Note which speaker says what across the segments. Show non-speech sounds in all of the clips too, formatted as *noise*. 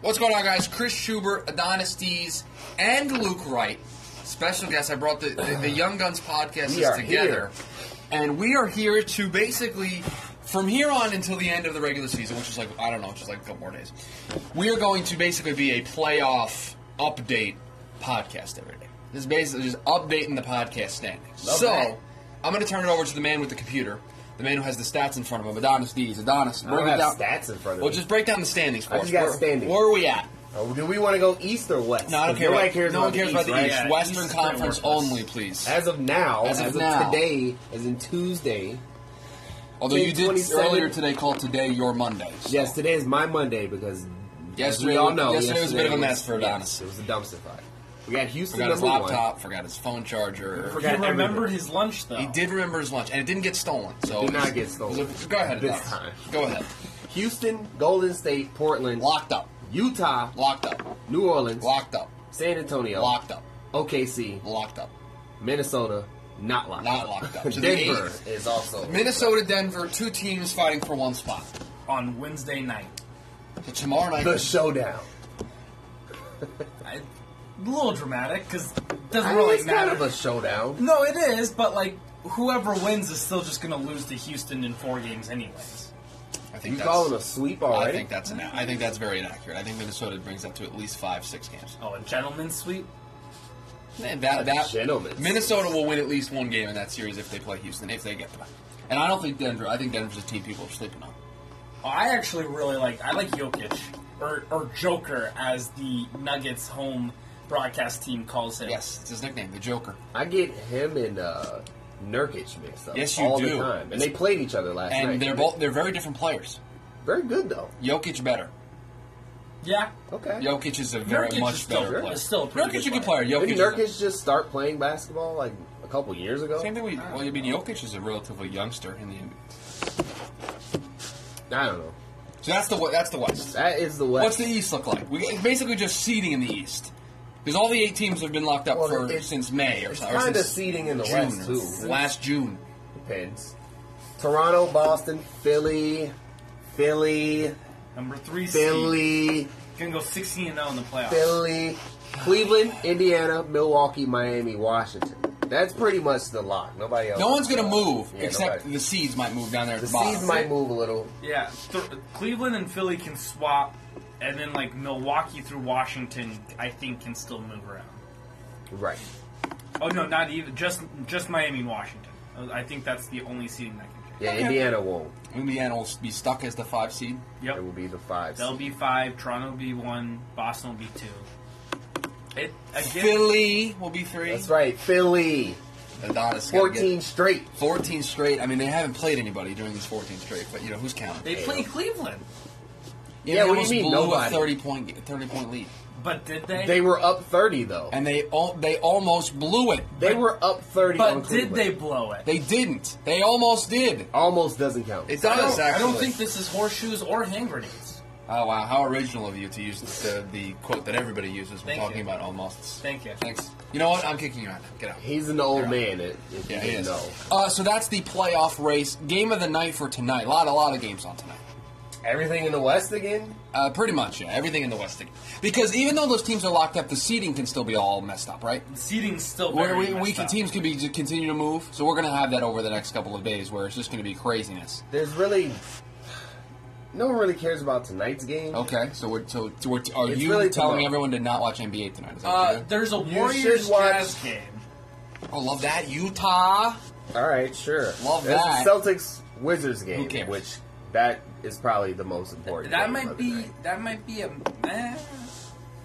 Speaker 1: What's going on, guys? Chris Schubert, Adonis Dees, and Luke Wright. Special guest. I brought the, the, the Young Guns podcast
Speaker 2: We are
Speaker 1: together.
Speaker 2: here.
Speaker 1: And we are here to basically, from here on until the end of the regular season, which is like, I don't know, just like a couple more days, we are going to basically be a playoff update podcast every day. This is basically just updating the podcast standings.
Speaker 2: Love
Speaker 1: so,
Speaker 2: that.
Speaker 1: I'm going to turn it over to the man with the computer, the man who has the stats in front of him, Adonis Dees. Adonis,
Speaker 2: I don't
Speaker 1: break it
Speaker 2: have
Speaker 1: down.
Speaker 2: stats in front of
Speaker 1: Well,
Speaker 2: me.
Speaker 1: just break down the standings for
Speaker 2: I
Speaker 1: us.
Speaker 2: just got
Speaker 1: where,
Speaker 2: standings.
Speaker 1: Where are we at?
Speaker 2: Oh, do we want to go east or west?
Speaker 1: No, I don't
Speaker 2: Because
Speaker 1: care.
Speaker 2: Nobody
Speaker 1: about-
Speaker 2: cares
Speaker 1: no
Speaker 2: about
Speaker 1: one cares
Speaker 2: the
Speaker 1: about
Speaker 2: east,
Speaker 1: the
Speaker 2: right?
Speaker 1: East.
Speaker 3: Yeah,
Speaker 1: Western
Speaker 3: East is kinda
Speaker 1: Conference
Speaker 3: worthless.
Speaker 1: only, please.
Speaker 2: As of now,
Speaker 1: As
Speaker 2: as,
Speaker 1: of
Speaker 2: of,
Speaker 1: now.
Speaker 2: today, as in Tuesday.
Speaker 1: Although you did
Speaker 2: 27.
Speaker 1: earlier today call today your Monday. so-
Speaker 2: Yes, today is my Monday because as
Speaker 1: Yesterday
Speaker 2: we all know
Speaker 1: yesterday was a bit of a mess for Adonis.
Speaker 2: Yes, it was a dumpster fire. We got Houston
Speaker 1: Forgot his
Speaker 2: number
Speaker 1: laptop, forgot his phone charger.
Speaker 2: Forgot
Speaker 3: he remembered
Speaker 2: everything.
Speaker 3: his lunch though.
Speaker 1: He did remember his lunch, and it didn't get stolen. So
Speaker 2: did
Speaker 1: it was-
Speaker 2: not get stolen.
Speaker 1: it was a- go ahead,
Speaker 2: This
Speaker 1: Adonis.
Speaker 2: time.
Speaker 1: Go ahead.
Speaker 2: one. Houston, Golden State, Portland,
Speaker 1: Locked up.
Speaker 2: Utah,
Speaker 1: Locked up.
Speaker 2: New Orleans,
Speaker 1: Locked up.
Speaker 2: San Antonio,
Speaker 1: Locked up.
Speaker 2: OKC,
Speaker 1: Locked up.
Speaker 2: Minnesota, not locked.
Speaker 1: Not
Speaker 2: up.
Speaker 1: locked
Speaker 2: *laughs*
Speaker 1: up. To the
Speaker 2: Denver
Speaker 1: eighth.
Speaker 2: is also
Speaker 1: Minnesota, Denver, two teams fighting for one spot.
Speaker 3: on Wednesday night.
Speaker 1: So tomorrow night,
Speaker 2: the showdown.
Speaker 3: I, a little dramatic because doesn't
Speaker 2: I mean,
Speaker 3: really
Speaker 2: it's kind
Speaker 3: matter.
Speaker 2: of a showdown.
Speaker 3: no, it is, but like whoever wins is still just going to lose to Houston in four games anyways.
Speaker 1: I
Speaker 2: You
Speaker 1: think that's,
Speaker 2: call it a sweep already?
Speaker 1: I think that's ina- I think that's very inaccurate. I think Minnesota brings that to at least five, six games.
Speaker 3: Oh, a gentleman's sweep.
Speaker 1: And that, that
Speaker 2: Gentlemen.
Speaker 1: Minnesota will win at least one game in that series if they play Houston, if they get them. And I don't think Denver. I think Denver's a team people are sleeping on.
Speaker 3: Oh, I actually really like. I like Jokic or or Joker as the Nuggets home broadcast team calls him.
Speaker 1: Yes, it's his nickname, the Joker.
Speaker 2: I get him and uh, Nurkic mixed up.
Speaker 1: Yes, you
Speaker 2: all
Speaker 1: do.
Speaker 2: the time, and they played each other last night.
Speaker 1: And they're both they're very different players.
Speaker 2: very good though.
Speaker 1: Jokic better.
Speaker 3: Yeah.
Speaker 2: Okay.
Speaker 1: Jokic is a very
Speaker 3: Nurkic is
Speaker 1: much
Speaker 3: still-
Speaker 1: better player.
Speaker 3: is still a pretty
Speaker 1: Nurkic
Speaker 3: good
Speaker 1: a good player.
Speaker 3: player.
Speaker 1: Jokic.
Speaker 2: Didn't
Speaker 1: is
Speaker 2: Nurkic
Speaker 1: a-
Speaker 2: just start playing basketball like a couple years ago?
Speaker 1: Same thing. We, well, I mean, Jokic is a relatively youngster in the NBA.
Speaker 2: I don't know.
Speaker 1: So that's the wa- that's the West.
Speaker 2: That is the West.
Speaker 1: What's the East look like? We it's basically just seeding in the East because all the eight teams have been locked up
Speaker 2: Well,
Speaker 1: for
Speaker 2: it's-
Speaker 1: since May or,
Speaker 2: It's
Speaker 1: so- or
Speaker 2: kind of
Speaker 1: since
Speaker 2: seeding in the
Speaker 1: June,
Speaker 2: West
Speaker 1: or
Speaker 2: too.
Speaker 1: last June.
Speaker 2: depends. Toronto, Boston, Philly, Philly,
Speaker 3: Number three. seed.
Speaker 2: Philly,
Speaker 3: Gonna go sixteen and zero in the playoffs.
Speaker 2: Philly, Cleveland, Indiana, Milwaukee, Miami, Washington. That's pretty much the lock. Nobody else.
Speaker 1: No one's going to move
Speaker 2: Oh. Yeah,
Speaker 1: except
Speaker 2: nobody.
Speaker 1: the seeds might move down there at
Speaker 2: the
Speaker 1: the, bottom.
Speaker 2: seeds might move a little.
Speaker 3: Yeah, th- Cleveland and Philly can swap, and then like Milwaukee through Washington, I think can still move around.
Speaker 2: Right.
Speaker 3: Oh no, not even just just Miami and Washington. Uh, I think that's the only seating that can change.
Speaker 2: Yeah, Indiana won't.
Speaker 1: Indiana will be stuck as the five seed.
Speaker 2: It will
Speaker 3: Yep,
Speaker 2: be the five.
Speaker 3: they'll
Speaker 2: seed.
Speaker 3: be five. Toronto will be one. Boston will be two. It again.
Speaker 1: Philly will be three.
Speaker 2: That's right. Philly,
Speaker 1: Adonis gotta get-
Speaker 2: fourteen straight.
Speaker 1: 14 straight. I mean, they haven't played anybody during these 14 straight, but you know who's counting?
Speaker 3: they play Cleveland,
Speaker 1: You
Speaker 2: Yeah,
Speaker 1: know, they
Speaker 2: what do you
Speaker 1: almost
Speaker 2: mean,
Speaker 1: blew
Speaker 2: nobody?
Speaker 1: a 30 point ga- 30 point lead,
Speaker 3: but did they?
Speaker 2: They were up thirty though.
Speaker 1: and they al- they almost blew it.
Speaker 2: They were up thirty. on
Speaker 3: but did
Speaker 2: Cleveland.
Speaker 3: they blow it?
Speaker 1: They didn't. They almost did.
Speaker 2: Almost doesn't count.
Speaker 1: It
Speaker 3: I
Speaker 1: does.
Speaker 3: don't, I don't
Speaker 1: actually.
Speaker 3: think this is horseshoes or hand grenades.
Speaker 1: Oh wow! How original of you to use the, the quote that everybody uses when
Speaker 3: Thank
Speaker 1: talking
Speaker 3: you.
Speaker 1: about almost.
Speaker 3: Thank you.
Speaker 1: Thanks. You know what? I'm kicking you out. now. Get out.
Speaker 2: He's an old man. If you
Speaker 1: Yeah, he
Speaker 2: didn't
Speaker 1: is.
Speaker 2: know.
Speaker 1: Uh, so that's the playoff race. Game of the night for tonight. A lot, a lot of games on tonight.
Speaker 2: Everything in the West again.
Speaker 1: Uh, pretty much, yeah. Everything in the West. again. Because even though those teams are locked up, the seeding can still be all messed up, right?
Speaker 3: Seating's still
Speaker 1: Where we,
Speaker 3: very
Speaker 1: we
Speaker 3: messed
Speaker 1: can,
Speaker 3: up.
Speaker 1: teams can be just continue to move. So we're going to have that over the next couple of days, where it's just going to be craziness.
Speaker 2: There's really no one really cares about tonight's game.
Speaker 1: Okay, so we're so, so we're, are
Speaker 2: It's
Speaker 1: you
Speaker 2: really
Speaker 1: telling
Speaker 2: tomorrow.
Speaker 1: everyone to not watch NBA tonight? Is that what
Speaker 3: Uh,
Speaker 1: you're doing?
Speaker 3: there's a
Speaker 2: should
Speaker 3: Warriors
Speaker 2: watch-
Speaker 3: Jazz game.
Speaker 1: oh, love that Utah.
Speaker 2: All right, sure.
Speaker 1: Love
Speaker 2: There's
Speaker 1: that.
Speaker 2: the Celtics Wizards game,
Speaker 1: cares?
Speaker 2: which that is probably the most important.
Speaker 3: That
Speaker 2: game
Speaker 3: might
Speaker 2: of
Speaker 3: be.
Speaker 2: the night.
Speaker 3: That might be a. Eh,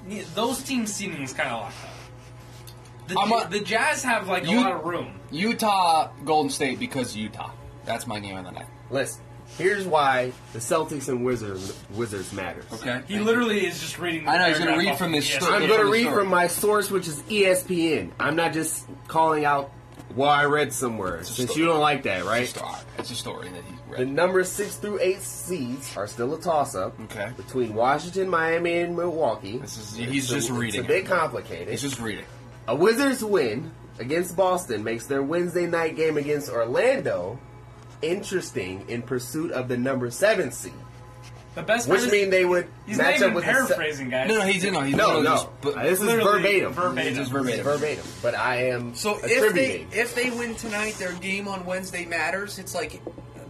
Speaker 3: yeah, those team seating is kind of locked up. The,
Speaker 1: I'm
Speaker 3: Ja-
Speaker 1: a-
Speaker 3: the Jazz have like
Speaker 1: You-
Speaker 3: a lot of room.
Speaker 1: Utah, Golden State, because Utah. That's my game of the night.
Speaker 2: Listen, here's why the Celtics and Wizards Wizards matters.
Speaker 1: Okay,
Speaker 3: He literally is just reading.
Speaker 1: I know, he's
Speaker 3: paragraph
Speaker 1: gonna read
Speaker 3: off
Speaker 1: from
Speaker 3: of
Speaker 1: this
Speaker 3: ESPN.
Speaker 1: story.
Speaker 2: I'm
Speaker 1: Yeah,
Speaker 2: going
Speaker 1: from
Speaker 2: to
Speaker 1: the
Speaker 2: read
Speaker 1: story.
Speaker 2: from my source, which is E ESPN. I'm not just calling out what I read somewhere.
Speaker 1: a
Speaker 2: Since
Speaker 1: story.
Speaker 2: you don't like that,
Speaker 1: It's
Speaker 2: right?
Speaker 1: a story. It's a story that he
Speaker 2: The
Speaker 1: read.
Speaker 2: number six through eight seeds are still a toss-up
Speaker 1: Okay.
Speaker 2: between Washington, Miami, and Milwaukee.
Speaker 1: This is- he's
Speaker 2: It's a-
Speaker 1: just reading
Speaker 2: It's a bit
Speaker 1: it.
Speaker 2: complicated.
Speaker 1: It's just reading.
Speaker 2: A Wizards win against Boston makes their Wednesday night game against Orlando interesting in pursuit of the number seven seed.
Speaker 3: The best part
Speaker 2: Which
Speaker 3: is-
Speaker 2: means they would
Speaker 3: he's not
Speaker 2: match up
Speaker 3: even
Speaker 2: with the se-
Speaker 3: paraphrasing, guys.
Speaker 1: No, no, he didn't. No, he
Speaker 2: No, no.
Speaker 1: Just, but,
Speaker 2: this is
Speaker 3: Literally
Speaker 2: verbatim.
Speaker 3: verbatim.
Speaker 1: It's just
Speaker 2: It's
Speaker 1: verbatim.
Speaker 2: verbatim. But I am
Speaker 4: So if they
Speaker 2: attributing.
Speaker 4: if they win tonight, their game on Wednesday matters. It's like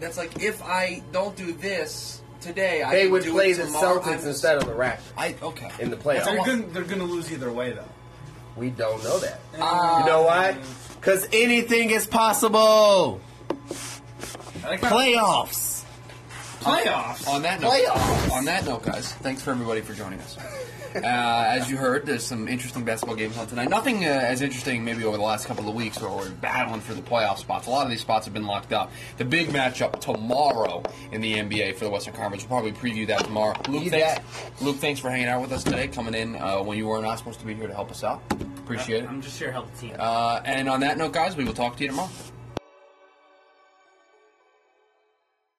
Speaker 4: that's like if I don't do this today, I
Speaker 2: they
Speaker 4: can
Speaker 2: would
Speaker 4: do
Speaker 2: play
Speaker 4: it
Speaker 2: the
Speaker 4: tomorrow.
Speaker 2: Celtics
Speaker 4: I'm-
Speaker 2: instead of the Raptors
Speaker 1: I okay.
Speaker 2: in the
Speaker 3: They're
Speaker 2: playoffs.
Speaker 3: gonna, they're gonna lose either way, though.
Speaker 2: We don't know that.
Speaker 4: Ah.
Speaker 2: you know why? Because anything is possible.
Speaker 3: I like how-
Speaker 2: Playoffs.
Speaker 3: playoffs.
Speaker 1: On that note,
Speaker 2: Playoffs.
Speaker 1: on that note, guys, thanks for everybody for joining
Speaker 2: *laughs*
Speaker 1: us. Uh, as you heard, there's some interesting basketball games on tonight. Nothing uh, as interesting maybe over the last couple of weeks where we're battling for the playoff spots. A lot of these spots have been locked up. The big matchup tomorrow in the NBA for the Western Conference. We'll probably preview that tomorrow. Luke,
Speaker 2: You
Speaker 1: thanks, Luke, thanks for hanging out with us today, coming in uh, when you were not supposed to be here to help us out. Appreciate it.
Speaker 3: I'm just here to help the team.
Speaker 1: Uh, and on that note, guys, we will talk to you tomorrow.